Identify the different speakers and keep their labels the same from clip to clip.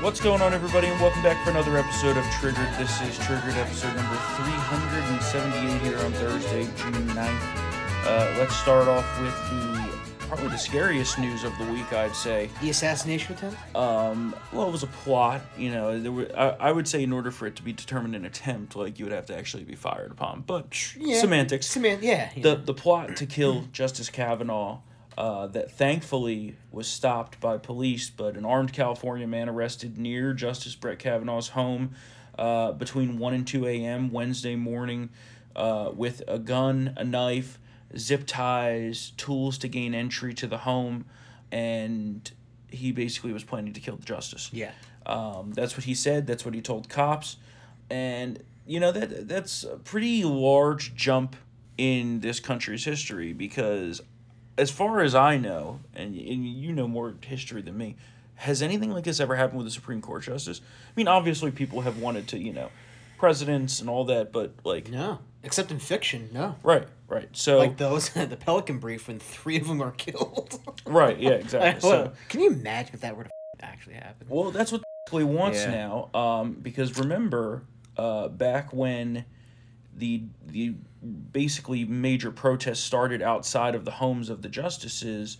Speaker 1: What's going on, everybody, and welcome back for another episode of Triggered. This is Triggered episode number 378 here on Thursday, June 9th. Uh, let's start off with the probably the scariest news of the week, I'd say.
Speaker 2: The assassination attempt?
Speaker 1: Um, well, it was a plot, you know. There were, I, I would say, in order for it to be determined an attempt, like you would have to actually be fired upon, but psh, semantics.
Speaker 2: Semant- yeah. you
Speaker 1: the
Speaker 2: know.
Speaker 1: the plot to kill Justice Kavanaugh uh, that thankfully was stopped by police, but an armed California man arrested near Justice Brett Kavanaugh's home uh, between one and two a.m. Wednesday morning uh, with a gun, a knife, zip ties, tools to gain entry to the home, and he basically was planning to kill the justice.
Speaker 2: yeah.
Speaker 1: Um, that's what he said. That's what he told cops, and you know that that's a pretty large jump in this country's history because, as far as I know, and, and you know more history than me, has anything like this ever happened with a Supreme Court justice? I mean, obviously people have wanted to, you know, presidents and all that, but like,
Speaker 2: No. Except in fiction, no.
Speaker 1: right, right. So
Speaker 2: Like those, the Pelican Brief, when three of them are killed.
Speaker 1: right, yeah, exactly. so,
Speaker 2: Well, Can you imagine if that were to actually happen?
Speaker 1: Well, that's what Berkeley wants
Speaker 2: Yeah.
Speaker 1: now, um, because remember, uh, back when the the basically major protests started outside of the homes of the justices,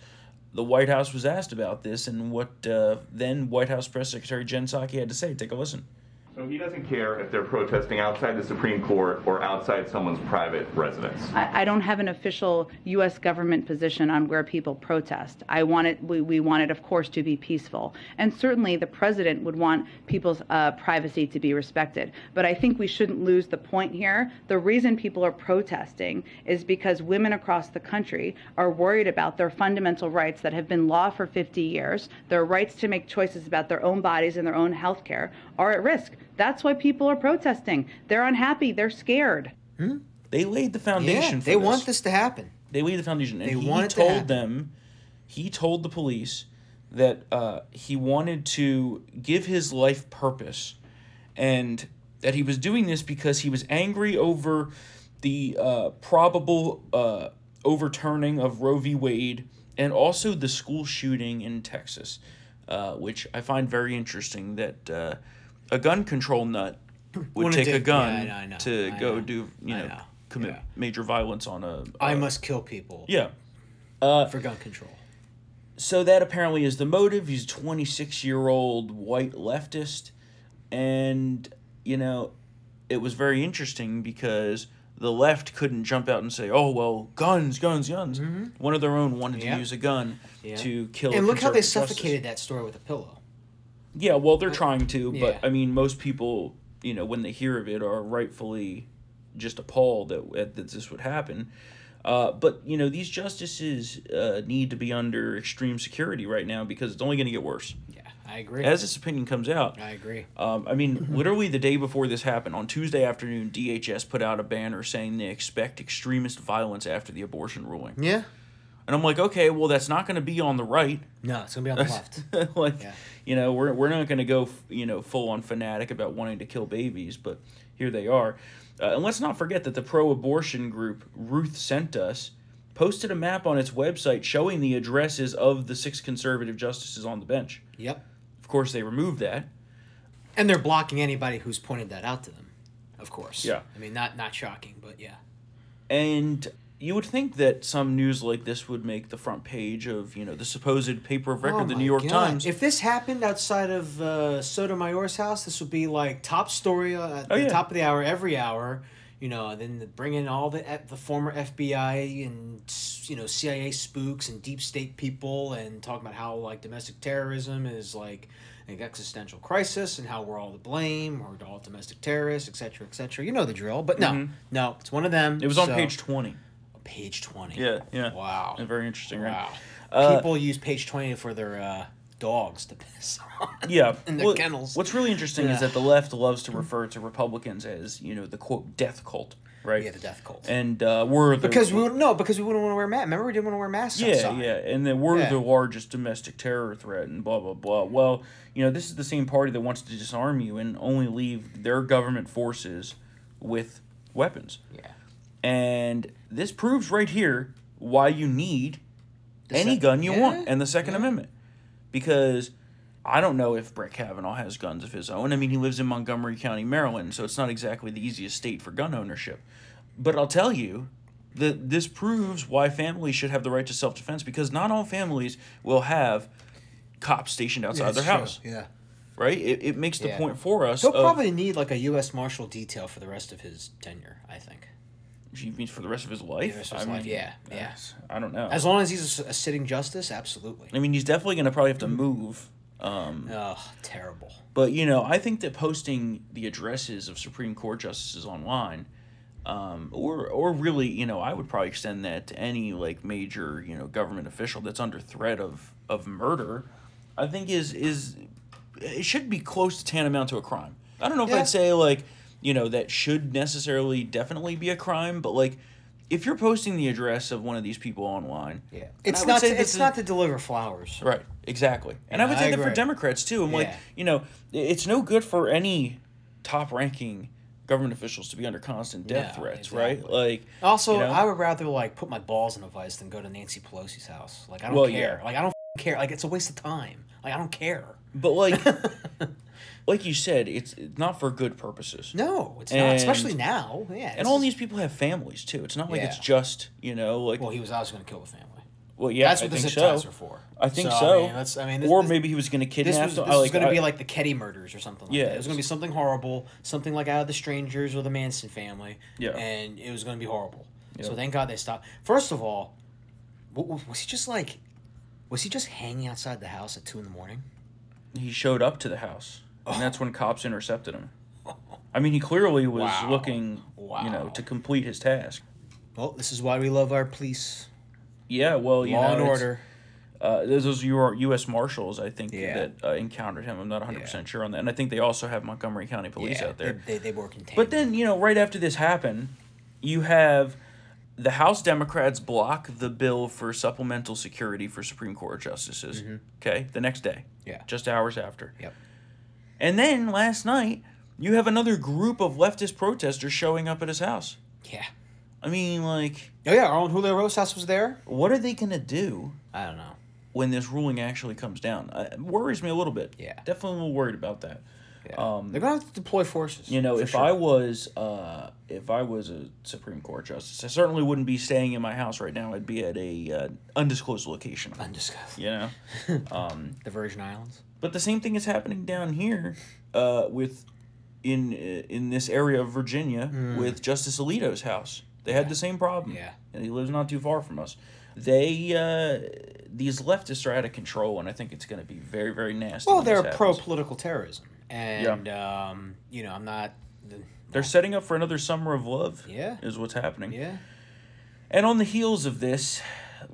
Speaker 1: the White House was asked about this and what uh, then White House Press Secretary Jen Psaki had to say. Take a listen.
Speaker 3: So he doesn't care if they're protesting outside the Supreme Court or outside someone's private residence.
Speaker 4: I, I don't have an official U.S. government position on where people protest. I want it, we, we want it, of course, to be peaceful. And certainly the president would want people's uh, privacy to be respected. But I think we shouldn't lose the point here. The reason people are protesting is because women across the country are worried about their fundamental rights that have been law for 50 years. Their rights to make choices about their own bodies and their own health care are at risk. That's why people are protesting. They're unhappy, they're scared.
Speaker 1: They laid the
Speaker 2: Yeah,
Speaker 1: foundation. for
Speaker 2: they
Speaker 1: this.
Speaker 2: want this to happen.
Speaker 1: They laid the foundation, and
Speaker 2: They
Speaker 1: he
Speaker 2: want it to
Speaker 1: told
Speaker 2: happen.
Speaker 1: them, he told the police that uh, he wanted to give his life purpose, and that he was doing this because he was angry over the uh, probable uh, overturning of Roe v. Wade, and also the school shooting in Texas, uh, which I find very interesting. That uh, a gun control nut would
Speaker 2: Wanna
Speaker 1: take
Speaker 2: do-
Speaker 1: a gun
Speaker 2: yeah, I know,
Speaker 1: to
Speaker 2: I
Speaker 1: go
Speaker 2: know,
Speaker 1: do you
Speaker 2: I
Speaker 1: know,
Speaker 2: know,
Speaker 1: commit
Speaker 2: yeah.
Speaker 1: major violence on a
Speaker 2: I must kill people
Speaker 1: yeah.
Speaker 2: for gun control.
Speaker 1: So that apparently is the motive. He's a 26 year old white leftist. And, you know, it was very interesting because the left couldn't jump out and say, oh, well, guns, guns, guns. One of their own wanted
Speaker 2: Mm-hmm. Yeah.
Speaker 1: to use a gun to kill a
Speaker 2: And look how
Speaker 1: conservative
Speaker 2: they
Speaker 1: justice.
Speaker 2: suffocated that story with a pillow.
Speaker 1: Yeah, well, they're trying to,
Speaker 2: Yeah.
Speaker 1: but I mean, most people, you know, when they hear of it, are rightfully just appalled that at- that this would happen. Uh, but you know, these justices uh, need to be under extreme security right now because it's only going to get worse
Speaker 2: Yeah, I agree.
Speaker 1: as this opinion comes out.
Speaker 2: I agree.
Speaker 1: Um, I mean, literally the day before this happened, on Tuesday afternoon, DHS put out a banner saying they expect extremist violence after the abortion ruling.
Speaker 2: Yeah?
Speaker 1: And I'm like, okay, well, that's not going to be on the right.
Speaker 2: No, it's going to be on the left.
Speaker 1: like
Speaker 2: Yeah.
Speaker 1: you know we're, we're not going to go f- you know full on fanatic about wanting to kill babies but here they are uh, and let's not forget that the pro-abortion group ruth sent us posted a map on its website showing the addresses of the six conservative justices on the bench
Speaker 2: Yep.
Speaker 1: of course they removed that
Speaker 2: And they're blocking anybody who's pointed that out to them, of course.
Speaker 1: Yeah.
Speaker 2: I mean, not not shocking, but yeah.
Speaker 1: and you would think that some news like this would make the front page of you know the supposed paper of record
Speaker 2: Oh
Speaker 1: the
Speaker 2: my
Speaker 1: new york
Speaker 2: God.
Speaker 1: times
Speaker 2: If this happened outside of uh, Sotomayor's house, this would be like top story uh, at
Speaker 1: Oh,
Speaker 2: the
Speaker 1: yeah.
Speaker 2: top of the hour every hour. You know, then bring in all the the former FBI and you know CIA spooks and deep state people, and talking about how like domestic terrorism is like an existential crisis, and how we're all to blame, we're all domestic terrorists, etc., cetera, etc. Cetera. You know the drill, but no, no, it's one of them.
Speaker 1: Mm-hmm. it was on
Speaker 2: so-
Speaker 1: page 20
Speaker 2: page twenty.
Speaker 1: yeah yeah
Speaker 2: Wow.
Speaker 1: very interesting right
Speaker 2: Wow.
Speaker 1: Uh,
Speaker 2: People use page 20 for their uh, dogs to piss on.
Speaker 1: yeah
Speaker 2: in the kennels.
Speaker 1: What's really interesting is
Speaker 2: Yeah.
Speaker 1: that the left loves to refer to Republicans as you know the quote death cult, right?
Speaker 2: Yeah, the death cult.
Speaker 1: And uh, we're the
Speaker 2: because we would, no, because we wouldn't want to wear masks. Remember, we didn't want to wear masks
Speaker 1: yeah
Speaker 2: outside.
Speaker 1: yeah, and then we're
Speaker 2: Yeah.
Speaker 1: the largest domestic terror threat and blah blah blah. Well, you know this is the same party that wants to disarm you and only leave their government forces with weapons,
Speaker 2: yeah.
Speaker 1: and this proves right here why you need any gun you
Speaker 2: yeah,
Speaker 1: want and the Second Amendment, because I don't know if Brett Kavanaugh has guns of his own. I mean, he lives in Montgomery County, Maryland, so it's not exactly the easiest state for gun ownership. But I'll tell you that this proves why families should have the right to self defense because not all families will have cops stationed outside
Speaker 2: Yeah,
Speaker 1: their
Speaker 2: that's true.
Speaker 1: house,
Speaker 2: Yeah.
Speaker 1: right? It, it makes the
Speaker 2: Yeah.
Speaker 1: point for us.
Speaker 2: He'll
Speaker 1: of-
Speaker 2: probably need like a U.S. Marshal detail for the rest of his tenure. I think.
Speaker 1: She means for the rest of his life.
Speaker 2: The rest of his
Speaker 1: I
Speaker 2: life,
Speaker 1: mean,
Speaker 2: yeah, yeah.
Speaker 1: that's- I don't know.
Speaker 2: As long as he's a, s- a sitting justice, absolutely.
Speaker 1: I mean, he's definitely going to probably have to move. Um,
Speaker 2: Oh, terrible.
Speaker 1: But you know, I think that posting the addresses of Supreme Court justices online, um, or or really, you know, I would probably extend that to any like major, you know, government official that's under threat of of murder. I think is is it should be close to tantamount to a crime. I don't know if
Speaker 2: Yeah.
Speaker 1: I'd say like you know that should necessarily definitely be a crime, but like if you're posting the address of one of these people online,
Speaker 2: Yeah.
Speaker 1: And I
Speaker 2: It's
Speaker 1: would
Speaker 2: not.
Speaker 1: say
Speaker 2: To,
Speaker 1: that
Speaker 2: it's
Speaker 1: the-
Speaker 2: not to deliver flowers.
Speaker 1: Right, exactly. And I
Speaker 2: Yeah,
Speaker 1: would
Speaker 2: I
Speaker 1: say that for
Speaker 2: agree.
Speaker 1: Democrats too. I'm like,
Speaker 2: Yeah.
Speaker 1: you know, i- it's no good for any top ranking government officials to be under constant death
Speaker 2: No,
Speaker 1: threats, right?
Speaker 2: exactly.
Speaker 1: Like
Speaker 2: Also,
Speaker 1: you know?
Speaker 2: I would rather like put my balls in a vice than go to Nancy Pelosi's house. Like I don't
Speaker 1: Well,
Speaker 2: care.
Speaker 1: yeah.
Speaker 2: Like I don't f***ing care. Like it's a waste of time. Like I don't care.
Speaker 1: but like like you said, it's it's not for good purposes.
Speaker 2: No, it's not.
Speaker 1: And-
Speaker 2: Especially now. Yeah.
Speaker 1: And all these people have families too. It's not like it's
Speaker 2: Yeah.
Speaker 1: just, you know, like
Speaker 2: Well,
Speaker 1: well,
Speaker 2: he was obviously going to kill the family.
Speaker 1: yeah,
Speaker 2: That's
Speaker 1: I
Speaker 2: what the
Speaker 1: think
Speaker 2: zip
Speaker 1: so.
Speaker 2: ties are for.
Speaker 1: I think so.
Speaker 2: I mean, that's, I mean, this,
Speaker 1: or
Speaker 2: this-
Speaker 1: maybe he was going to kidnap uh,
Speaker 2: This was,
Speaker 1: them.
Speaker 2: this
Speaker 1: I,
Speaker 2: was going to
Speaker 1: I-
Speaker 2: be like the Ketty murders or something like
Speaker 1: Yeah,
Speaker 2: that. It was going to be
Speaker 1: it's-
Speaker 2: something horrible, something like Out of the Strangers or the Manson family.
Speaker 1: Yeah.
Speaker 2: And it was going to be horrible.
Speaker 1: Yeah.
Speaker 2: So thank God they stopped. First of all, wa- wa- was he just like, was he just hanging outside the house at 2 in the morning?
Speaker 1: he showed up to the house, and that's when cops intercepted him. I mean, he clearly was
Speaker 2: Wow.
Speaker 1: looking, you know,
Speaker 2: Wow.
Speaker 1: to complete his task.
Speaker 2: Well, this is why we love our police.
Speaker 1: Yeah, well, you
Speaker 2: Law
Speaker 1: know,
Speaker 2: and
Speaker 1: it's-
Speaker 2: order.
Speaker 1: Uh, those those U- U.S. Marshals, I think,
Speaker 2: Yeah.
Speaker 1: that uh, encountered him. I'm not 100 percent sure on that, and I think they also have Montgomery County Police out there.
Speaker 2: They, they, they work in
Speaker 1: But then you know, right after this happened, you have the House Democrats block the bill for supplemental security for Supreme Court justices. Okay, the next day,
Speaker 2: Mm-hmm. Yeah.
Speaker 1: just hours after,
Speaker 2: Yep.
Speaker 1: and then last night you have another group of leftist protesters showing up at his house.
Speaker 2: Yeah.
Speaker 1: I mean, like,
Speaker 2: Oh, yeah. Our own Julio Rosas was there.
Speaker 1: what are they gonna do?
Speaker 2: I don't know.
Speaker 1: when this ruling actually comes down. Uh, it worries me a little bit.
Speaker 2: Yeah.
Speaker 1: Definitely a little worried about that.
Speaker 2: Yeah. They're going to have to deploy forces.
Speaker 1: Um, You know,
Speaker 2: for
Speaker 1: if
Speaker 2: sure.
Speaker 1: I was uh, if I was a Supreme Court justice, I certainly wouldn't be staying in my house right now. I'd be at a uh, undisclosed location.
Speaker 2: Undiscussed.
Speaker 1: You know,
Speaker 2: The Virgin Islands.
Speaker 1: but the same thing is happening down here, uh, with in uh, in this area of Virginia with Justice Alito's house. They had the same problem.
Speaker 2: Mm. Yeah.
Speaker 1: and he lives not too far from us. They uh, these leftists are out of control, and I think it's going to be very very nasty.
Speaker 2: Well,
Speaker 1: when this
Speaker 2: they're
Speaker 1: happens.
Speaker 2: pro political terrorism, and um, you know, I'm not. The,
Speaker 1: They're setting up for another summer of love.
Speaker 2: Yeah.
Speaker 1: Is what's happening.
Speaker 2: yeah,
Speaker 1: And on the heels of this,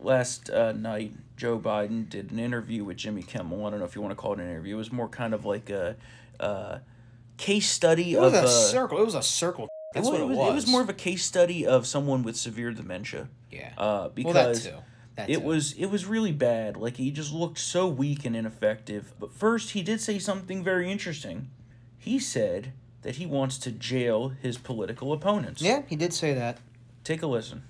Speaker 1: last uh, night, Joe Biden did an interview with Jimmy Kimmel. I don't know if you want to call it an interview. It was more kind of like a, uh case study
Speaker 2: it was
Speaker 1: of
Speaker 2: a
Speaker 1: a.
Speaker 2: circle. It was a circle. That's
Speaker 1: well,
Speaker 2: what it was.
Speaker 1: It was more of a case study of someone with severe dementia.
Speaker 2: yeah.
Speaker 1: Uh, because
Speaker 2: well, that too. That
Speaker 1: it
Speaker 2: too.
Speaker 1: was it was really bad. Like he just looked so weak and ineffective. But first, he did say something very interesting. He said that he wants to jail his political opponents.
Speaker 2: Yeah, he did say that.
Speaker 1: Take a listen.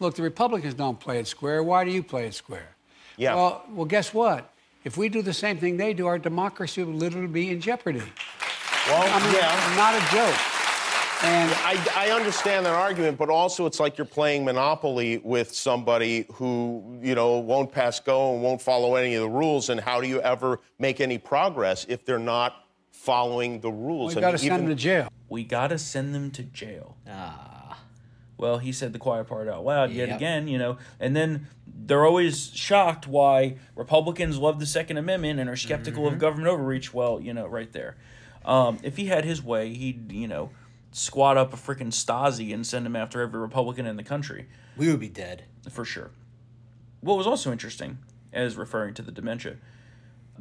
Speaker 5: Look, the Republicans don't play it square. Why do you play it square?
Speaker 6: Yeah.
Speaker 5: Well, well, guess what? If we do the same thing they do, our democracy will literally be in jeopardy.
Speaker 6: Well,
Speaker 5: I mean,
Speaker 6: yeah.
Speaker 5: not a joke. And
Speaker 6: I, I understand that argument, but also it's like you're playing Monopoly with somebody who, you know, won't pass go and won't follow any of the rules. And how do you ever make any progress if they're not following the rules?
Speaker 5: we've
Speaker 6: I
Speaker 5: got to
Speaker 6: mean,
Speaker 5: send them
Speaker 6: even-
Speaker 5: to jail.
Speaker 1: we gotta send them to jail. Ah. Well, he said the quiet part out loud yet
Speaker 2: Yep.
Speaker 1: again, you know, and then they're always shocked why Republicans love the Second Amendment and are skeptical of government overreach. Well, you know, right there. Um, if he had his way, he'd, you know, squat up a freaking Stasi and send him after every Republican in the country
Speaker 2: We would be dead.
Speaker 1: for sure. What was also interesting, as referring to the dementia,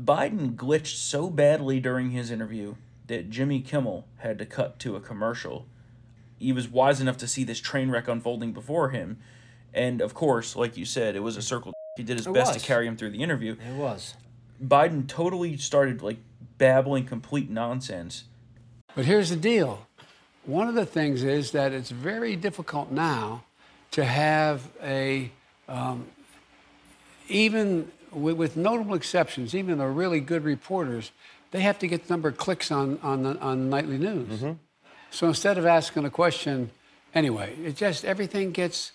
Speaker 1: Biden glitched so badly during his interview that Jimmy Kimmel had to cut to a commercial. He was wise enough to see this train wreck unfolding before him. And of course, like you said, it was a circle. He did his
Speaker 2: It
Speaker 1: best
Speaker 2: was.
Speaker 1: to carry him through the interview.
Speaker 2: It was.
Speaker 1: Biden totally started like babbling complete nonsense.
Speaker 5: But here's the deal. One of the things is that it's very difficult now to have a um, even with, with notable exceptions, even the really good reporters, they have to get the number of clicks on, on, the, on nightly news. So instead of asking a question, anyway, it just everything gets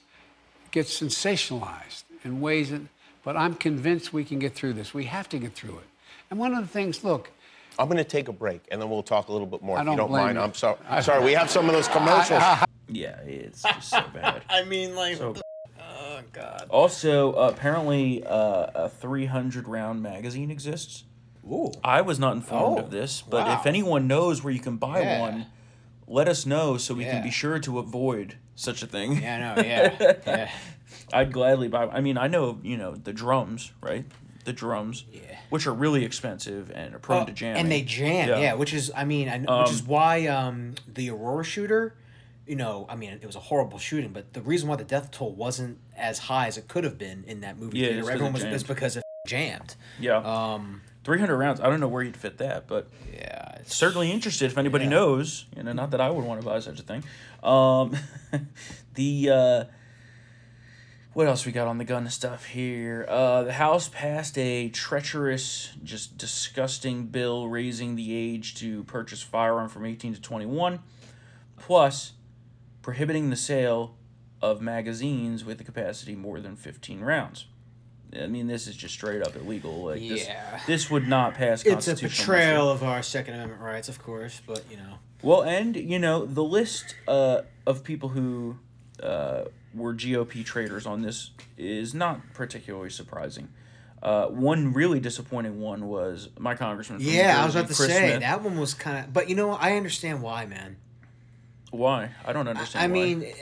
Speaker 5: gets sensationalized in ways that. But I'm convinced we can get through this. We have to get through it. And one of the things, look,
Speaker 6: I'm going to take a break, and then we'll talk a little bit more.
Speaker 5: I
Speaker 6: if
Speaker 5: don't
Speaker 6: you don't
Speaker 5: blame
Speaker 6: mind,
Speaker 5: you.
Speaker 6: I'm sorry. sorry, we have some of those commercials.
Speaker 1: Yeah, it's just so bad.
Speaker 2: I mean, like,
Speaker 1: So
Speaker 2: what the- oh god.
Speaker 1: Also, apparently, uh, a 300 round magazine exists.
Speaker 2: Ooh.
Speaker 1: I was not informed
Speaker 2: Oh,
Speaker 1: of this, but
Speaker 2: wow.
Speaker 1: if anyone knows where you can buy
Speaker 2: Yeah.
Speaker 1: one, let us know so we
Speaker 2: Yeah.
Speaker 1: can be sure to avoid such a thing.
Speaker 2: Yeah, I know. Yeah, yeah.
Speaker 1: I'd gladly buy. I mean, I know you know the drums, right? The drums,
Speaker 2: Yeah. Oh,
Speaker 1: which are really expensive and are prone to jam.
Speaker 2: Uh,
Speaker 1: eh?
Speaker 2: And they jam, yeah. which is, I mean, I, which is why um, the Aurora shooter, you know, I mean, it was a horrible shooting, but the reason why the death toll wasn't as high as it could have been in that movie
Speaker 1: Yeah, it's
Speaker 2: theater,
Speaker 1: 'cause it
Speaker 2: everyone was
Speaker 1: jammed.
Speaker 2: it's because it jammed.
Speaker 1: yeah,
Speaker 2: Um,
Speaker 1: three hundred rounds. I don't know where you'd fit that, but
Speaker 2: yeah, it's-
Speaker 1: certainly interested if anybody knows. You know, not that I would want to buy such a thing. Um, the uh, what else we got on the gun stuff here? Uh, the House passed a treacherous, just disgusting bill raising the age to purchase firearm from eighteen to twenty one, plus prohibiting the sale of magazines with a capacity more than fifteen rounds. I mean, this is just straight up illegal. Like this,
Speaker 2: Yeah.
Speaker 1: this would not pass.
Speaker 2: it's a
Speaker 1: constitutional
Speaker 2: betrayal of our Second Amendment rights, of course, but you know,
Speaker 1: well, and you know the list uh, of people who uh, were GOP traders on this is not particularly surprising. Uh, one really disappointing one was my congressman. From
Speaker 2: yeah, I was
Speaker 1: Jersey,
Speaker 2: about to
Speaker 1: Chris
Speaker 2: say
Speaker 1: Smith.
Speaker 2: that one was kind of, but you know, I understand why, man.
Speaker 1: Why? I don't understand.
Speaker 2: I
Speaker 1: why.
Speaker 2: mean, eh,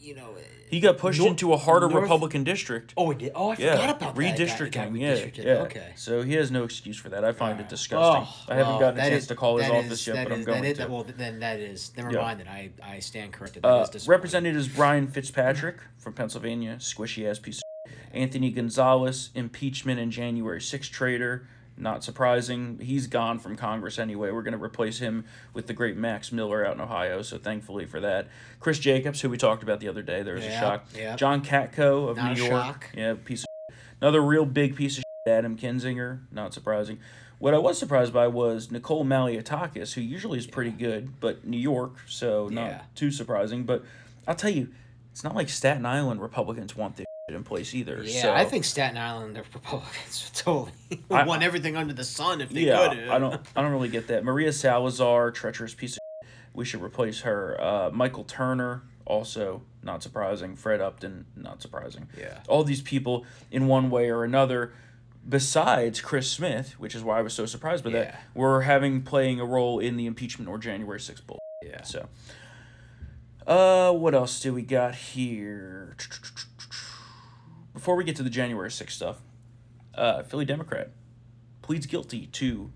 Speaker 2: you know, eh,
Speaker 1: he got pushed
Speaker 2: Nor-
Speaker 1: into a harder
Speaker 2: North-
Speaker 1: Republican district.
Speaker 2: oh, it did. Oh, I
Speaker 1: yeah,
Speaker 2: forgot about that. It got- it
Speaker 1: redistricting.
Speaker 2: got
Speaker 1: yeah,
Speaker 2: redistricted.
Speaker 1: yeah.
Speaker 2: Okay.
Speaker 1: So he has no excuse for that. I find it disgusting. I haven't
Speaker 2: Oh, well,
Speaker 1: gotten a
Speaker 2: that
Speaker 1: chance
Speaker 2: is-
Speaker 1: to call his
Speaker 2: that
Speaker 1: office
Speaker 2: is-
Speaker 1: yet,
Speaker 2: that
Speaker 1: but I'm
Speaker 2: is-
Speaker 1: going
Speaker 2: that is-
Speaker 1: to.
Speaker 2: Well, then that is. Never
Speaker 1: Yeah.
Speaker 2: mind that. I, I stand corrected. That
Speaker 1: Uh,
Speaker 2: is disappointing.
Speaker 1: Representatives Brian Fitzpatrick from Pennsylvania, squishy ass piece. of Anthony Gonzalez, impeachment and January 6th traitor. Not surprising. He's gone from Congress anyway. We're going to replace him with the great Max Miller out in Ohio, so thankfully for that. Chris Jacobs, who we talked about the other day, there was
Speaker 2: Yeah,
Speaker 1: a shock.
Speaker 2: yeah.
Speaker 1: John Katko of
Speaker 2: Not
Speaker 1: New
Speaker 2: a
Speaker 1: York.
Speaker 2: shock.
Speaker 1: Yeah, piece of Another real big piece of shit, Adam Kinzinger. Not surprising. What I was surprised by was Nicole Maliotakis, who usually is pretty good, but New York, so not
Speaker 2: Yeah.
Speaker 1: too surprising. But I'll tell you, it's not like Staten Island Republicans want this shit in place either.
Speaker 2: Yeah,
Speaker 1: so,
Speaker 2: I think Staten Island the Republicans would totally
Speaker 1: I-
Speaker 2: want everything under the sun if they
Speaker 1: Yeah,
Speaker 2: could.
Speaker 1: I don't. I don't really get that. Maria Salazar, treacherous piece of. shit, We should replace her. Uh, Michael Turner, also not surprising. Fred Upton, not surprising.
Speaker 2: Yeah.
Speaker 1: All these people, in one way or another, besides Chris Smith, which is why I was so surprised by
Speaker 2: Yeah.
Speaker 1: that, were having playing a role in the impeachment or January 6th bull.
Speaker 2: Yeah.
Speaker 1: So, uh, what else do we got here? Before we get to the January 6th stuff, uh, Philly Democrat pleads guilty to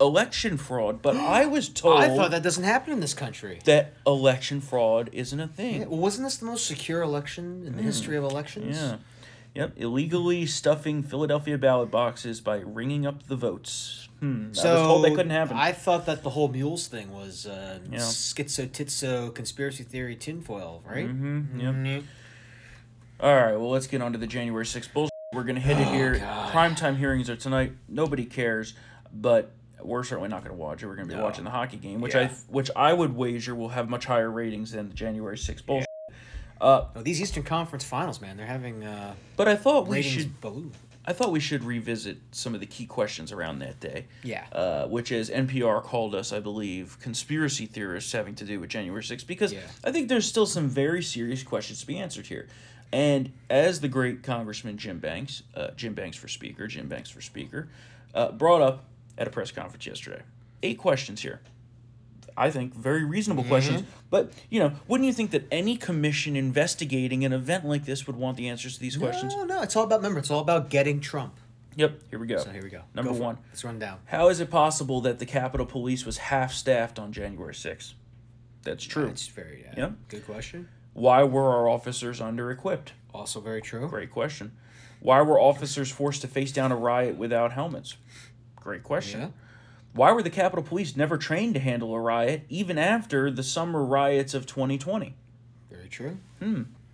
Speaker 1: election fraud, but I was told
Speaker 2: I thought that doesn't happen in this country.
Speaker 1: that election fraud isn't a thing.
Speaker 2: Yeah, well, wasn't this the most secure election in the history of elections?
Speaker 1: Hmm. Yeah. Yep. Illegally stuffing Philadelphia ballot boxes by ringing up the votes. Hmm.
Speaker 2: So
Speaker 1: I was told that couldn't happen.
Speaker 2: I thought that the whole mules thing was uh,
Speaker 1: Yeah.
Speaker 2: schizo titso conspiracy theory tinfoil, right?
Speaker 1: Mhm, yep. All right. Well, let's get on to the January 6th bullshit. We're going to hit
Speaker 2: Oh,
Speaker 1: it here. Primetime hearings are tonight. Nobody cares, but we're certainly not going to watch it. We're going to be watching the hockey game, which I which I would wager will have much higher ratings than the January 6th bullshit.
Speaker 2: Oh, these Eastern Conference Finals, man, they're having uh,
Speaker 1: But I thought we
Speaker 2: ratings
Speaker 1: should
Speaker 2: balloon.
Speaker 1: I thought we should revisit some of the key questions around that day.
Speaker 2: Yeah.
Speaker 1: Uh, which, as NPR called us, I believe, conspiracy theorists having to do with January 6th, because
Speaker 2: Yeah.
Speaker 1: I think there's still some very serious questions to be answered here. And as the great Congressman Jim Banks, uh, Jim Banks for Speaker, Jim Banks for Speaker, uh, brought up at a press conference yesterday, eight questions here. I think very reasonable
Speaker 2: Mm-hmm.
Speaker 1: questions. But, you know, wouldn't you think that any commission investigating an event like this would want the answers to these questions?
Speaker 2: No, no, it's all about remember, it's all about getting Trump.
Speaker 1: Yep, here we go.
Speaker 2: So here we go.
Speaker 1: Number
Speaker 2: Go for it.
Speaker 1: one.
Speaker 2: Let's run down.
Speaker 1: How is it possible that the Capitol Police was half staffed on January 6th? That's true.
Speaker 2: That's very uh,
Speaker 1: Yeah.
Speaker 2: good question.
Speaker 1: Why were our officers under equipped?
Speaker 2: Also very true.
Speaker 1: Great question. Why were officers forced to face down a riot without helmets? Great question.
Speaker 2: Yeah.
Speaker 1: Why were the Capitol Police never trained to handle a riot even after the summer riots of 2020?
Speaker 2: Very true.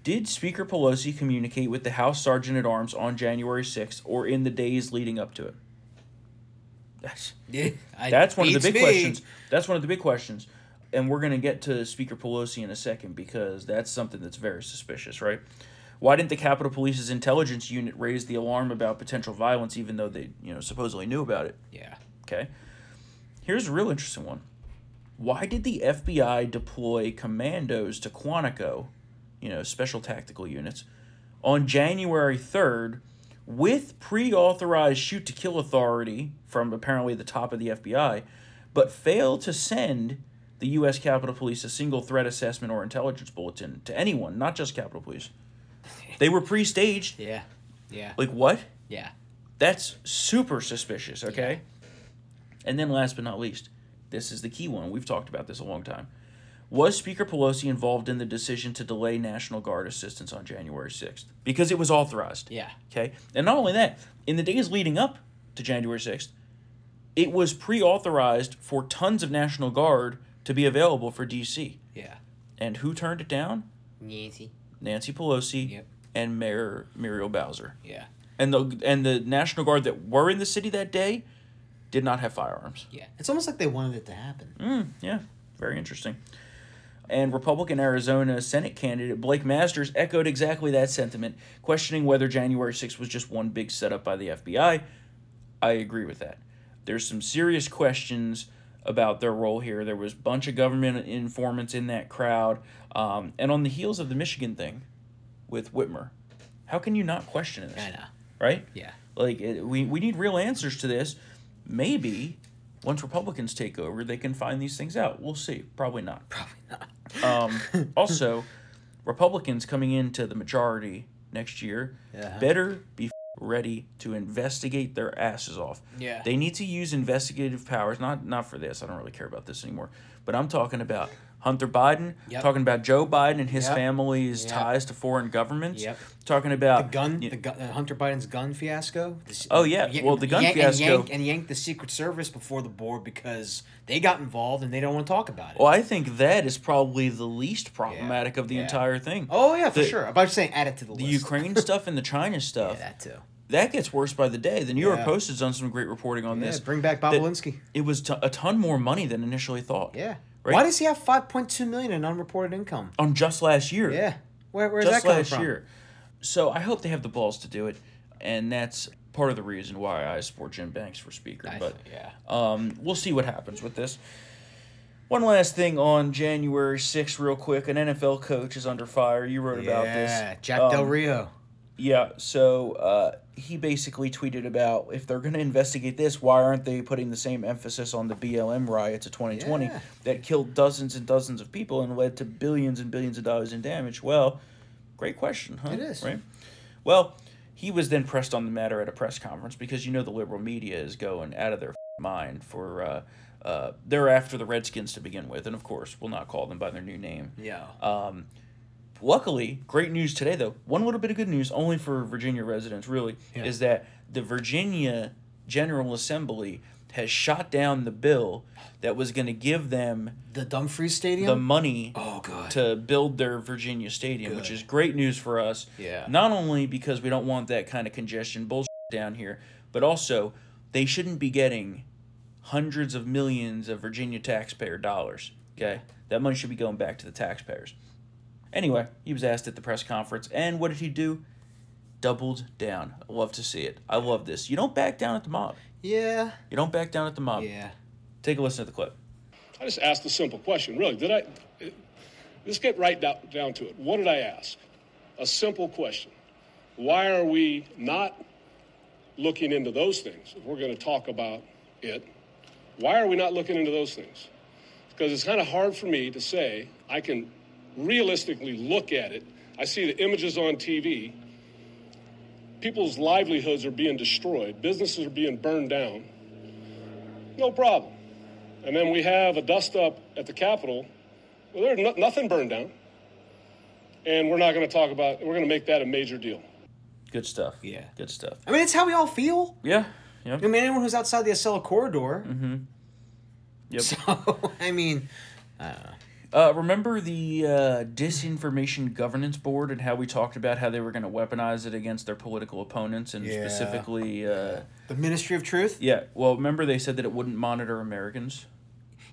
Speaker 1: Did Speaker Pelosi communicate with the House Sergeant at Arms on January 6th or in the days leading up to it? That's,
Speaker 2: Yeah, I-
Speaker 1: that's one of the
Speaker 2: beats
Speaker 1: big
Speaker 2: me.
Speaker 1: questions. That's one of the big questions. And we're going to get to Speaker Pelosi in a second because that's something that's very suspicious, right? Why didn't the Capitol Police's intelligence unit raise the alarm about potential violence even though they, you know, supposedly knew about it?
Speaker 2: Yeah.
Speaker 1: Okay. Here's a real interesting one. Why did the FBI deploy commandos to Quantico, you know, special tactical units, on January 3rd with pre authorized shoot to kill authority from apparently the top of the FBI, but failed to send the U.S. Capitol Police a single threat assessment or intelligence bulletin to anyone, not just Capitol Police? They were pre staged.
Speaker 2: Yeah. Yeah.
Speaker 1: Like, what?
Speaker 2: Yeah.
Speaker 1: That's super suspicious, okay? And then last but not least, this is the key one. We've talked about this a long time. Was Speaker Pelosi involved in the decision to delay National Guard assistance on January 6th? Because it was authorized.
Speaker 2: Yeah.
Speaker 1: Okay? And not only that, in the days leading up to January 6th, it was pre authorized for tons of National Guard to be available for D.C.
Speaker 2: Yeah.
Speaker 1: And who turned it down?
Speaker 2: Nancy.
Speaker 1: Nancy Pelosi
Speaker 2: Yep.
Speaker 1: and Mayor Muriel Bowser
Speaker 2: Yeah.
Speaker 1: and the and the National Guard that were in the city that day did not have firearms.
Speaker 2: Yeah. It's almost like they wanted it to happen.
Speaker 1: Mm. Yeah, very interesting. And Republican Arizona Senate candidate Blake Masters echoed exactly that sentiment, questioning whether January 6th was just one big setup by the FBI. I agree with that. There's some serious questions about their role here. There was a bunch of government informants in that crowd. Um, and on the heels of the Michigan thing with Whitmer, how can you not question this?
Speaker 2: I know.
Speaker 1: Right?
Speaker 2: Yeah.
Speaker 1: Like it, we we need real answers to this. Maybe once Republicans take over, they can find these things out. We'll see. Probably not. Probably not. Um, also, Republicans coming into the majority next year
Speaker 2: Yeah.
Speaker 1: better be f- ready to investigate their asses off.
Speaker 2: Yeah.
Speaker 1: They need to use investigative powers. Not not for this. I don't really care about this anymore. But I'm talking about Hunter Biden.
Speaker 2: Yep.
Speaker 1: Talking about Joe Biden and his
Speaker 2: Yep.
Speaker 1: family's
Speaker 2: Yep.
Speaker 1: ties to foreign governments.
Speaker 2: Yep.
Speaker 1: Talking about
Speaker 2: The gun,
Speaker 1: y-
Speaker 2: the gun, uh, Hunter Biden's gun fiasco. This-
Speaker 1: Oh, yeah.
Speaker 2: yan-
Speaker 1: Well, the gun
Speaker 2: yank-
Speaker 1: fiasco-
Speaker 2: and yanked, and yanked the Secret Service before the board because they got involved and they don't want to talk about it.
Speaker 1: Well, I think that is probably the least problematic of the
Speaker 2: yeah.
Speaker 1: entire thing.
Speaker 2: oh yeah, for
Speaker 1: the-
Speaker 2: sure. I'm just saying, add it to the,
Speaker 1: The
Speaker 2: list.
Speaker 1: Ukraine stuff and the China stuff,
Speaker 2: Yeah, that too.
Speaker 1: that gets worse by the day. The New York
Speaker 2: Yeah.
Speaker 1: Post has done some great reporting on
Speaker 2: Yeah,
Speaker 1: this.
Speaker 2: bring back Bob
Speaker 1: that
Speaker 2: Alinsky.
Speaker 1: It was t- a ton more money than initially thought.
Speaker 2: Yeah.
Speaker 1: Right?
Speaker 2: Why does he have 5.2 million in unreported income?
Speaker 1: on just last year?
Speaker 2: Yeah. Where, where's
Speaker 1: just
Speaker 2: that coming
Speaker 1: last
Speaker 2: from?
Speaker 1: year. So I hope they have the balls to do it, and that's part of the reason why I support Jim Banks for speaker.
Speaker 2: I
Speaker 1: but
Speaker 2: th- yeah.
Speaker 1: Um, we'll see what happens with this. One last thing on January 6th, real quick. An NFL coach is under fire. You wrote about this.
Speaker 2: Yeah, Jack
Speaker 1: Um,
Speaker 2: Del Rio.
Speaker 1: Yeah, so uh, he basically tweeted about if they're going to investigate this, why aren't they putting the same emphasis on the BLM riots of 2020
Speaker 2: Yeah.
Speaker 1: that killed dozens and dozens of people and led to billions and billions of dollars in damage? Well, great question, huh?
Speaker 2: It is.
Speaker 1: Right? Well, he was then pressed on the matter at a press conference because you know the liberal media is going out of their f***ing mind for. Uh, uh, they're after the Redskins to begin with, and of course, we'll not call them by their new name.
Speaker 2: Yeah.
Speaker 1: uh, Luckily, great news today though. One little bit of good news, only for Virginia residents, really, is that the Virginia General Assembly has shot down the bill that was going to give them
Speaker 2: the Dumfries Stadium.
Speaker 1: the money
Speaker 2: Oh, good.
Speaker 1: to build their Virginia stadium, which
Speaker 2: Good.
Speaker 1: is great news for us.
Speaker 2: Yeah.
Speaker 1: Not only because we don't want that kind of congestion bullshit down here, but also they shouldn't be getting hundreds of millions of Virginia taxpayer dollars. Okay? That money should be going back to the taxpayers. Anyway, he was asked at the press conference, and what did he do? Doubled down. I love to see it. I love this. You don't back down at the mob.
Speaker 2: yeah.
Speaker 1: You don't back down at the mob.
Speaker 2: Yeah.
Speaker 1: Take a listen to the clip.
Speaker 7: I just asked a simple question, really. Did I? Let's get right down, down to it. What did I ask? A simple question. Why are we not looking into those things? If we're going to talk about it, why are we not looking into those things? Because it's kind of hard for me to say I can realistically look at it. I see the images on TV. People's livelihoods are being destroyed, businesses are being burned down. No problem. And then we have a dust up at the Capitol. Well, there's no, nothing burned down. And we're not going to talk about, we're going to make that a major deal.
Speaker 1: Good stuff.
Speaker 2: Yeah.
Speaker 1: Good stuff.
Speaker 2: I mean, it's how we all feel.
Speaker 1: Yeah. Yeah.
Speaker 2: I mean, anyone who's outside the Acela corridor.
Speaker 1: Mm-hmm. Yep.
Speaker 2: So, I mean,
Speaker 1: Uh, remember the uh, disinformation governance board and how we talked about how they were going to weaponize it against their political opponents and
Speaker 2: Yeah.
Speaker 1: specifically, uh,
Speaker 2: The Ministry of Truth?
Speaker 1: yeah. Well, remember they said that it wouldn't monitor Americans.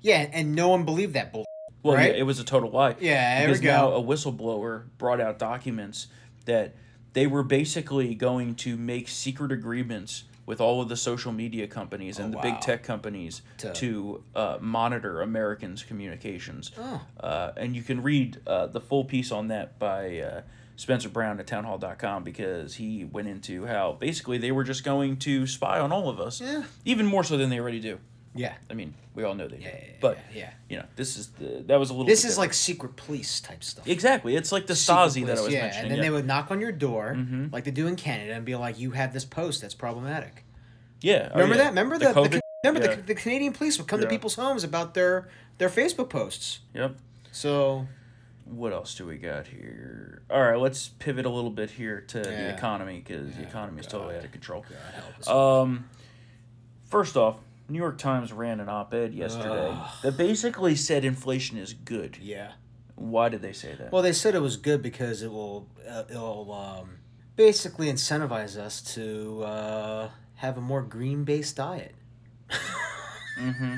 Speaker 2: Yeah, and no one believed that bull.
Speaker 1: Well,
Speaker 2: Right?
Speaker 1: yeah, it was a total lie.
Speaker 2: Yeah, there we
Speaker 1: because now
Speaker 2: go.
Speaker 1: a whistleblower brought out documents that they were basically going to make secret agreements with all of the social media companies and the
Speaker 2: Oh, wow.
Speaker 1: big tech companies to, uh, monitor Americans' communications.
Speaker 2: Oh.
Speaker 1: Uh, and you can read uh, the full piece on that by uh, Spencer Brown at townhall.com because he went into how basically they were just going to spy on all of us,
Speaker 2: Yeah.
Speaker 1: even more so than they already do.
Speaker 2: Yeah.
Speaker 1: I mean, we all know they do. but
Speaker 2: yeah, yeah.
Speaker 1: you know, this is the that was a little.
Speaker 2: This
Speaker 1: bit
Speaker 2: is like
Speaker 1: different.
Speaker 2: secret police type stuff.
Speaker 1: exactly. It's like the
Speaker 2: Secret
Speaker 1: Stasi that I
Speaker 2: police,
Speaker 1: was
Speaker 2: yeah,
Speaker 1: mentioning.
Speaker 2: And then
Speaker 1: yeah. Mm-hmm.
Speaker 2: they would knock on your door, like they do in Canada, and be like, "You have this post that's problematic."
Speaker 1: yeah. oh,
Speaker 2: Remember
Speaker 1: yeah.
Speaker 2: that? Remember
Speaker 1: the
Speaker 2: the, the,
Speaker 1: COVID?
Speaker 2: remember
Speaker 1: yeah.
Speaker 2: the, the Canadian police would come
Speaker 1: Yeah.
Speaker 2: to people's homes about their their Facebook posts.
Speaker 1: Yep.
Speaker 2: So
Speaker 1: What else do we got here? All right, let's pivot a little bit here to the
Speaker 2: Yeah.
Speaker 1: economy because the economy is totally out of control. um, first off, New York Times ran an op-ed yesterday that basically said inflation is good.
Speaker 2: yeah.
Speaker 1: Why did they say that?
Speaker 2: Well, they said it was good because it will uh, it'll um, basically incentivize us to uh, have a more green based diet.
Speaker 1: Mm-hmm.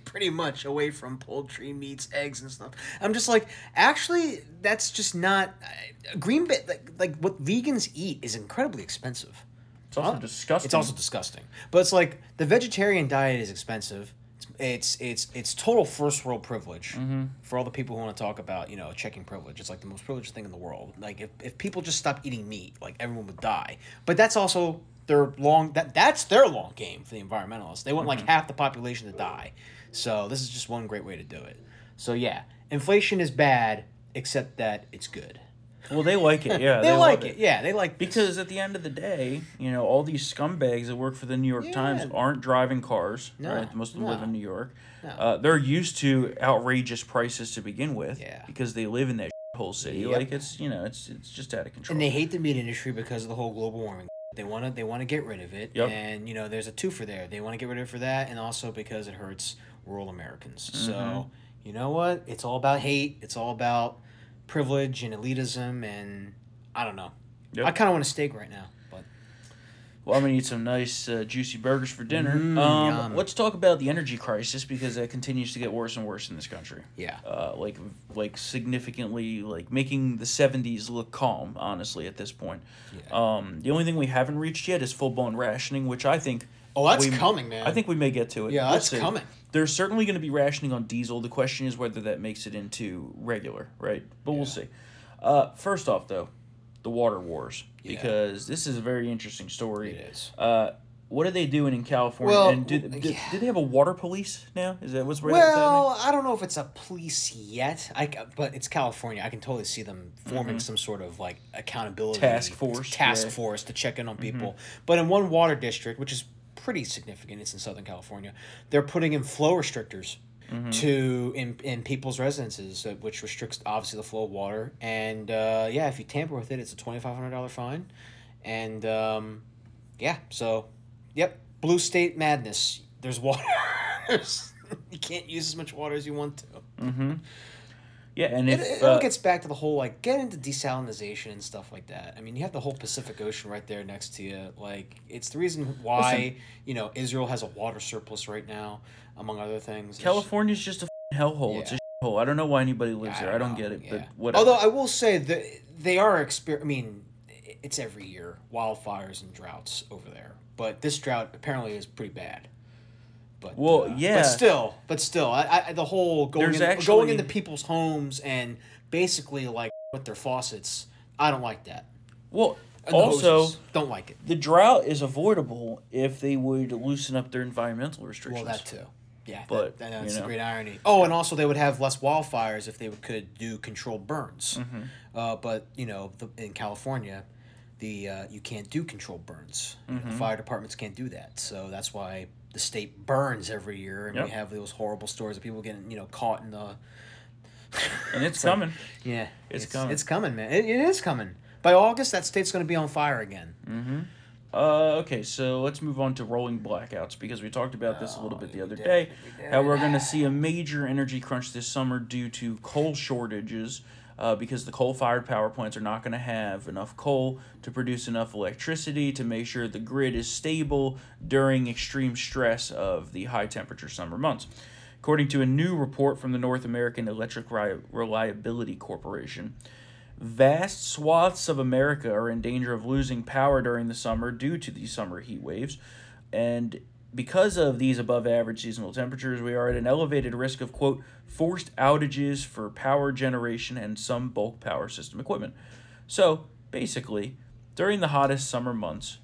Speaker 2: Pretty much away from poultry, meats, eggs, and stuff. I'm just like, actually, that's just not I- green. ba- Like, like what vegans eat is incredibly expensive.
Speaker 1: it's also disgusting.
Speaker 2: uh, It's also disgusting. But it's like the vegetarian diet is expensive. It's it's it's, it's total first world privilege for all the people who want to talk about you know checking privilege. It's like the most privileged thing in the world. Like if, if people just stopped eating meat, like everyone would die. But that's also their long that that's their long game for the environmentalists. They want like half the population to die. So this is just one great way to do it. So yeah, inflation is bad, except that it's good.
Speaker 1: well, they like it. Yeah,
Speaker 2: They,
Speaker 1: love
Speaker 2: like it. Yeah, they like this.
Speaker 1: Because at the end of the day, you know, all these scumbags that work for the New York Times aren't driving cars.
Speaker 2: No,
Speaker 1: right? Most of them live
Speaker 2: no,
Speaker 1: in New York. Uh, they're used to outrageous prices to begin with.
Speaker 2: Yeah.
Speaker 1: Because they live in that whole city.
Speaker 2: Yep.
Speaker 1: Like it's you know it's it's just out of control.
Speaker 2: And they hate the meat industry because of the whole global warming. They want to they want to get rid of it,
Speaker 1: Yep.
Speaker 2: and you know there's a twofer there. They want to get rid of it for that, and also because it hurts rural Americans.
Speaker 1: Mm-hmm.
Speaker 2: So you know what? It's all about hate. It's all about privilege and elitism, and I don't know.
Speaker 1: Yep.
Speaker 2: I kind of want a steak right now, but
Speaker 1: well, I'm gonna eat some nice uh, juicy burgers for dinner.
Speaker 2: Mmm,
Speaker 1: um,
Speaker 2: yum.
Speaker 1: let's talk about the energy crisis because that continues to get worse and worse in this country.
Speaker 2: yeah,
Speaker 1: Uh, like like significantly like making the 70s look calm honestly at this point um the only thing we haven't reached yet is full-blown rationing which i think
Speaker 2: Oh, that's
Speaker 1: we-
Speaker 2: coming, man.
Speaker 1: i think we may get to it
Speaker 2: Yeah,
Speaker 1: We'll
Speaker 2: that's
Speaker 1: see.
Speaker 2: coming.
Speaker 1: there's certainly going to be rationing on diesel the question is whether that makes it into regular right but we'll see uh first off though the water wars because this is a very interesting story
Speaker 2: it is.
Speaker 1: uh what are they doing in California?
Speaker 2: Well,
Speaker 1: and do,
Speaker 2: w-
Speaker 1: do,
Speaker 2: yeah.
Speaker 1: do they have a water police now? Is that what's what's happening?
Speaker 2: Well, I don't know if it's a police yet. I c- but it's California. I can totally see them
Speaker 1: Mm-hmm.
Speaker 2: forming some sort of like accountability
Speaker 1: Task force, Mm-hmm.
Speaker 2: task
Speaker 1: yeah.
Speaker 2: force to check in on people. But in one water district, which is pretty significant, it's in Southern California. They're putting in flow restrictors
Speaker 1: Mm-hmm.
Speaker 2: to in in people's residences, uh, which restricts obviously the flow of water. And uh, yeah, if you tamper with it, it's a twenty five hundred dollar fine. And um, yeah, so yep, blue state madness. There's water. There's- you can't use as much water as you want to.
Speaker 1: Yeah, and
Speaker 2: It,
Speaker 1: if
Speaker 2: it
Speaker 1: uh,
Speaker 2: all gets back to the whole like get into desalinization and stuff like that. I mean, you have the whole Pacific Ocean right there next to you. Like, it's the reason why you know Israel has a water surplus right now, among other things. It's-
Speaker 1: California's just a f***ing hellhole. It's a
Speaker 2: Yeah.
Speaker 1: hole. I don't know why anybody lives
Speaker 2: I
Speaker 1: there. I don't
Speaker 2: know,
Speaker 1: get it.
Speaker 2: yeah.
Speaker 1: But whatever.
Speaker 2: Although I will say that they are exper- I mean, it's every year wildfires and droughts over there, but this drought apparently is pretty bad. But
Speaker 1: Well,
Speaker 2: uh,
Speaker 1: yeah.
Speaker 2: But still, but still, I, I the whole going
Speaker 1: There's
Speaker 2: in,
Speaker 1: actually-
Speaker 2: going into people's homes and basically like with their faucets, I don't like that.
Speaker 1: well,
Speaker 2: And the
Speaker 1: also
Speaker 2: hoses, don't like it.
Speaker 1: the drought is avoidable if they would loosen up their environmental
Speaker 2: Well,
Speaker 1: restrictions.
Speaker 2: that too. Yeah,
Speaker 1: But,
Speaker 2: but that, that's
Speaker 1: you
Speaker 2: the
Speaker 1: know.
Speaker 2: great irony. Oh, and also they would have less wildfires if they could do controlled burns.
Speaker 1: Mm-hmm.
Speaker 2: Uh, but you know, the, in California, the uh, you can't do controlled burns. You
Speaker 1: Mm-hmm.
Speaker 2: know, the fire departments can't do that, so that's why the state burns every year, and
Speaker 1: Yep.
Speaker 2: we have those horrible stories of people getting you know caught in the
Speaker 1: and it's coming.
Speaker 2: yeah.
Speaker 1: It's coming. Mm.
Speaker 2: It's coming, man. It, it is coming. By August, that state's going to be on fire again. Mm-hmm.
Speaker 1: Uh, okay, so let's move on to rolling blackouts because we talked about this a little bit the other day. How we're going to see a major energy crunch this summer due to coal shortages uh, because the coal fired power plants are not going to have enough coal to produce enough electricity to make sure the grid is stable during extreme stress of the high temperature summer months. According to a new report from the North American Electric Ri- Reliability Corporation, Vast swaths of America are in danger of losing power during the summer due to these summer heat waves. And because of these above average seasonal temperatures, we are at an elevated risk of, quote, forced outages for power generation and some bulk power system equipment. So basically, during the hottest summer months,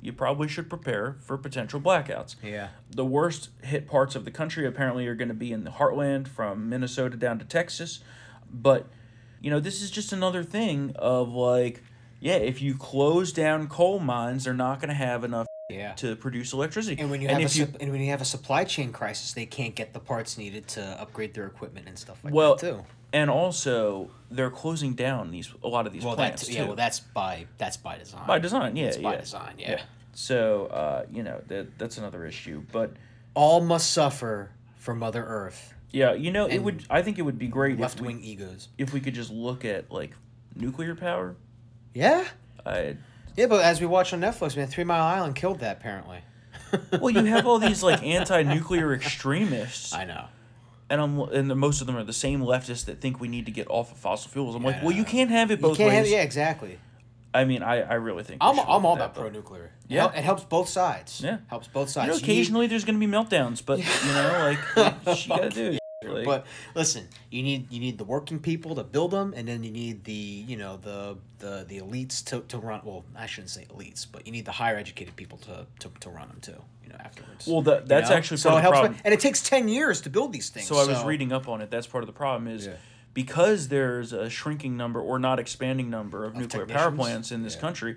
Speaker 1: you probably should prepare for potential blackouts.
Speaker 2: Yeah.
Speaker 1: The worst hit parts of the country apparently are going to be in the heartland from Minnesota down to Texas. But, you know, this is just another thing of like, yeah, if you close down coal mines, they're not going to have enough
Speaker 2: Yeah.
Speaker 1: to produce electricity.
Speaker 2: And when you have a
Speaker 1: if you-
Speaker 2: sup- and when you have a supply chain crisis, they can't get the parts needed to upgrade their equipment and stuff like
Speaker 1: well,
Speaker 2: that too.
Speaker 1: and also they're closing down these a lot of these
Speaker 2: Well,
Speaker 1: plants
Speaker 2: that's
Speaker 1: too.
Speaker 2: yeah. Well, that's by that's by design.
Speaker 1: by design, yeah,
Speaker 2: It's by
Speaker 1: yeah.
Speaker 2: design. Yeah.
Speaker 1: So, uh, you know, that that's another issue, but.
Speaker 2: All must suffer for Mother Earth.
Speaker 1: Yeah, you know, it would. I think it would be great if
Speaker 2: Left
Speaker 1: we,
Speaker 2: wing egos.
Speaker 1: if we could just look at like nuclear power.
Speaker 2: Yeah.
Speaker 1: I
Speaker 2: Yeah, but as we watch on Netflix, man, Three Mile Island killed that apparently.
Speaker 1: well, you have all these like anti-nuclear extremists,
Speaker 2: I know.
Speaker 1: and I'm and the, most of them are the same leftists that think we need to get off of fossil fuels. I'm like,
Speaker 2: Yeah.
Speaker 1: well, you can't have it
Speaker 2: You
Speaker 1: both
Speaker 2: can't have,
Speaker 1: ways.
Speaker 2: yeah, exactly.
Speaker 1: I mean, I, I really think we
Speaker 2: I'm,
Speaker 1: should
Speaker 2: I'm
Speaker 1: look
Speaker 2: all
Speaker 1: at
Speaker 2: about
Speaker 1: that,
Speaker 2: pro nuclear.
Speaker 1: Yeah.
Speaker 2: it helps both sides.
Speaker 1: Yeah.
Speaker 2: helps both
Speaker 1: but-
Speaker 2: sides.
Speaker 1: You know,
Speaker 2: You need-
Speaker 1: occasionally there's gonna be meltdowns, but you know, like what you gotta do. Like,
Speaker 2: But listen, you need you need the working people to build them, and then you need the you know the the the elites to, to run. Well, I shouldn't say elites, but you need the higher educated people to to, to run them too. You know afterwards.
Speaker 1: well, that, that's
Speaker 2: You know?
Speaker 1: actually
Speaker 2: so
Speaker 1: part of
Speaker 2: it
Speaker 1: the
Speaker 2: helps,
Speaker 1: problem.
Speaker 2: and it takes ten years to build these things.
Speaker 1: So I was reading up on it. That's part of the problem is because there's a shrinking number or not expanding number of, nuclear power
Speaker 2: technicians? Oh,
Speaker 1: plants in this country,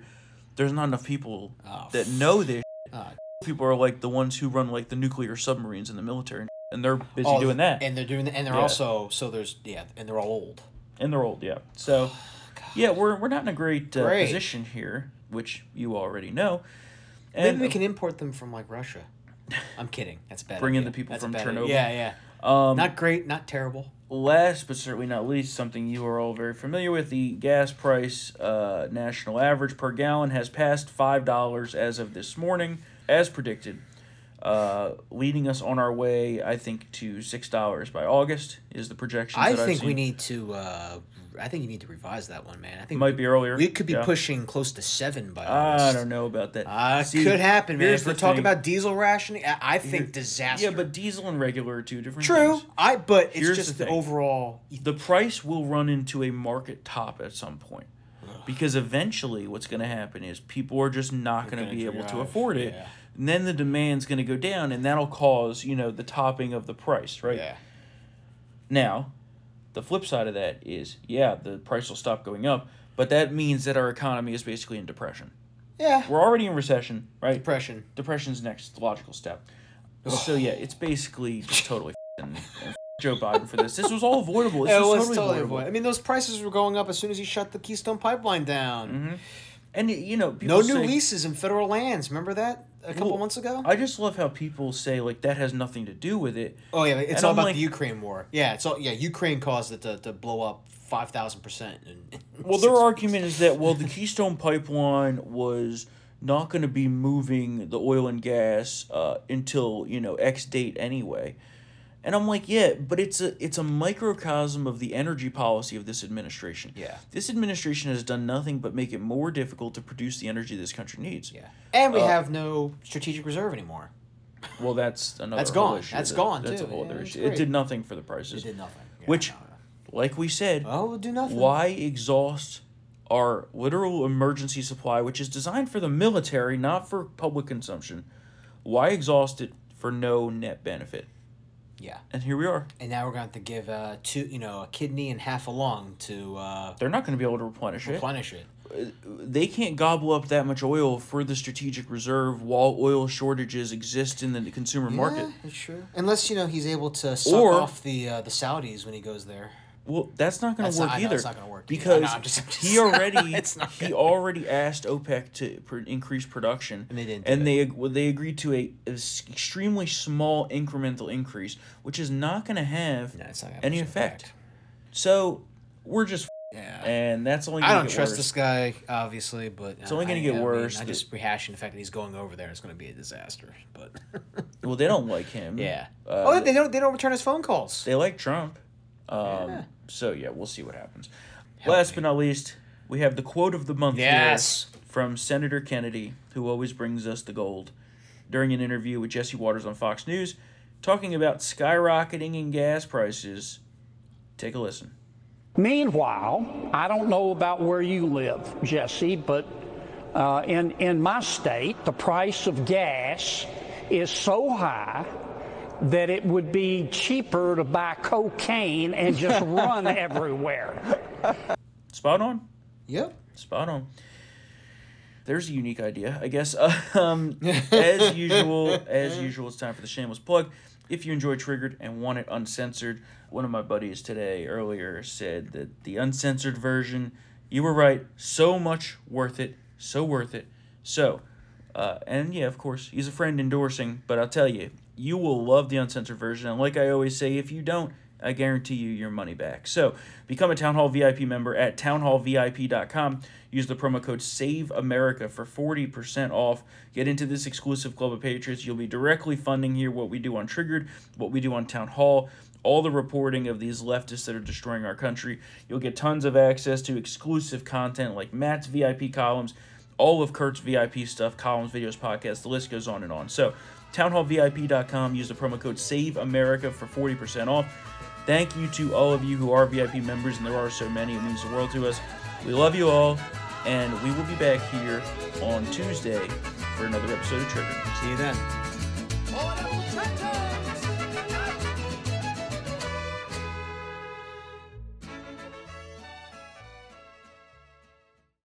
Speaker 1: there's not enough people that know this. shit. people are like the ones who run like the nuclear submarines in the military, and shit, and they're busy
Speaker 2: Oh,
Speaker 1: doing that, and,
Speaker 2: and they're doing that, and they're
Speaker 1: Yeah.
Speaker 2: also so there's yeah, and they're all old.
Speaker 1: they're old. Yeah. So, yeah, we're we're not in a great, uh,
Speaker 2: Oh, Great.
Speaker 1: position here, which you already know.
Speaker 2: Maybe
Speaker 1: And
Speaker 2: we can import them from like Russia. I'm kidding. That's bad.
Speaker 1: Bring in
Speaker 2: idea.
Speaker 1: the people
Speaker 2: That's a
Speaker 1: from
Speaker 2: bad idea.
Speaker 1: Chernobyl. Um,
Speaker 2: Yeah, yeah. not great. Not terrible.
Speaker 1: last but certainly not least, something you are all very familiar with the gas price uh, national average per gallon has passed $5 as of this morning, as predicted, uh, leading us on our way, I think, to $6 by August, is the projection.
Speaker 2: I
Speaker 1: that I've
Speaker 2: think we
Speaker 1: seen.
Speaker 2: need to. Uh, I think you need to revise that one, man. I think
Speaker 1: Might be earlier.
Speaker 2: We could be
Speaker 1: Yeah.
Speaker 2: pushing close to seven by August.
Speaker 1: I don't know about that.
Speaker 2: Uh,
Speaker 1: See,
Speaker 2: could happen, man.
Speaker 1: here's
Speaker 2: If we're
Speaker 1: the
Speaker 2: talking
Speaker 1: thing.
Speaker 2: about diesel rationing, I, I think disaster.
Speaker 1: Yeah, but diesel and regular are two different
Speaker 2: true.
Speaker 1: things.
Speaker 2: I but it's
Speaker 1: Here's
Speaker 2: just
Speaker 1: the
Speaker 2: the,
Speaker 1: thing.
Speaker 2: overall.
Speaker 1: the price will run into a market top at some point because eventually what's going to happen is people are just not going to be able to afford it and then the demand's going to go down and that'll cause you know the topping of the price right now the flip side of that is yeah the price will stop going up but that means that our economy is basically in depression
Speaker 2: Yeah.
Speaker 1: we're already in recession right
Speaker 2: Depression.
Speaker 1: depression's next logical step so yeah it's basically just totally and, and joe biden for this this was all avoidable this was
Speaker 2: It was
Speaker 1: totally
Speaker 2: totally
Speaker 1: avoidable.
Speaker 2: avoid. I mean, those prices were going up as soon as he shut the Keystone Pipeline down.
Speaker 1: Mm-hmm. And you know, people
Speaker 2: No new
Speaker 1: say-
Speaker 2: leases in federal lands. Remember that a couple
Speaker 1: Well,
Speaker 2: months ago?
Speaker 1: I just love how people say like that has nothing to do with it.
Speaker 2: Oh yeah, it's
Speaker 1: And
Speaker 2: all
Speaker 1: I'm
Speaker 2: about
Speaker 1: like-
Speaker 2: the Ukraine war. Yeah, it's all yeah. Ukraine caused it to, to blow up five thousand percent.
Speaker 1: Well, their argument is that well, the Keystone Pipeline was not going to be moving the oil and gas uh, until you know X date anyway. And I'm like, yeah, but it's a it's a microcosm of the energy policy of this administration.
Speaker 2: Yeah.
Speaker 1: this administration has done nothing but make it more difficult to produce the energy this country needs.
Speaker 2: Yeah, and we
Speaker 1: Uh,
Speaker 2: have no strategic reserve anymore.
Speaker 1: Well, that's another.
Speaker 2: That's
Speaker 1: whole
Speaker 2: gone.
Speaker 1: Issue.
Speaker 2: That's
Speaker 1: That-
Speaker 2: gone,
Speaker 1: That's
Speaker 2: too.
Speaker 1: a whole
Speaker 2: Yeah,
Speaker 1: other
Speaker 2: that's
Speaker 1: issue. It
Speaker 2: great.
Speaker 1: did nothing for the prices.
Speaker 2: It did nothing. Yeah,
Speaker 1: Which,
Speaker 2: no, no.
Speaker 1: like we said,
Speaker 2: Oh, we'll do nothing.
Speaker 1: why exhaust our literal emergency supply, which is designed for the military, not for public consumption? Why exhaust it for no net benefit?
Speaker 2: Yeah.
Speaker 1: And here we are.
Speaker 2: And now we're going to have to give uh, two, you know, a kidney and half a lung to uh,
Speaker 1: They're not going to be able to replenish it.
Speaker 2: replenish it.
Speaker 1: They can't gobble up that much oil for the strategic reserve while oil shortages exist in the consumer market.
Speaker 2: Yeah, it's true. Unless you know he's able to suck
Speaker 1: Or-
Speaker 2: off the uh, the Saudis when he goes there.
Speaker 1: Well, that's not going
Speaker 2: That's
Speaker 1: to
Speaker 2: not-
Speaker 1: work
Speaker 2: I know
Speaker 1: either.
Speaker 2: it's not gonna work.
Speaker 1: because
Speaker 2: No, I'm just- I'm just-
Speaker 1: he already
Speaker 2: it's not
Speaker 1: he
Speaker 2: gonna-
Speaker 1: already asked OPEC to pr- increase production, and
Speaker 2: they didn't do
Speaker 1: And they well, they agreed to a, a s- extremely small incremental increase, which is not going to have
Speaker 2: No, it's not gonna have
Speaker 1: any
Speaker 2: much
Speaker 1: effect.
Speaker 2: impact.
Speaker 1: So we're just yeah. and that's only.
Speaker 2: I
Speaker 1: gonna
Speaker 2: don't
Speaker 1: get
Speaker 2: trust
Speaker 1: worse.
Speaker 2: this guy, obviously, but it's
Speaker 1: only gonna get worse.
Speaker 2: I just rehashing the fact that he's going over there. It's going to be a disaster. But
Speaker 1: Well, they don't like him.
Speaker 2: yeah.
Speaker 1: Uh,
Speaker 2: oh, they don't. They don't return his phone calls.
Speaker 1: They like Trump. Um, So yeah, we'll see what happens. Last but not least, we have the quote of the month here
Speaker 2: Yes.
Speaker 1: from Senator Kennedy, who always brings us the gold. During an interview with Jesse Waters on Fox News, talking about skyrocketing in gas prices. Take a listen.
Speaker 8: Meanwhile, I don't know about where you live, Jesse, but uh, in, in my state, the price of gas is so high that it would be cheaper to buy cocaine and just run everywhere.
Speaker 1: Spot on.
Speaker 2: Yep.
Speaker 1: Spot on. There's a unique idea, I guess. Um, as usual, as usual, it's time for the shameless plug. If you enjoy Triggered and want it uncensored, one of my buddies today earlier said that the uncensored version. You were right. So much worth it. So worth it. So, uh, and yeah, of course, he's a friend endorsing. But I'll tell you, you will love the uncensored version. And like I always say, if you don't, I guarantee you your money back. So become a Town Hall VIP member at townhallvip.com. Use the promo code SAVEAmerica for 40% off. Get into this exclusive club of patriots. You'll be directly funding here what we do on Triggered, what we do on Town Hall, all the reporting of these leftists that are destroying our country. You'll get tons of access to exclusive content like Matt's VIP columns, all of Kurt's VIP stuff, columns, videos, podcasts, the list goes on and on. So, townhallvip.com, use the promo code SAVEAmerica for 40% off. Thank you to all of you who are VIP members, and there are so many. It means the world to us. We love you all, and we will be back here on Tuesday for another episode of Trigger.
Speaker 2: See you then.
Speaker 9: Old Old Tractor!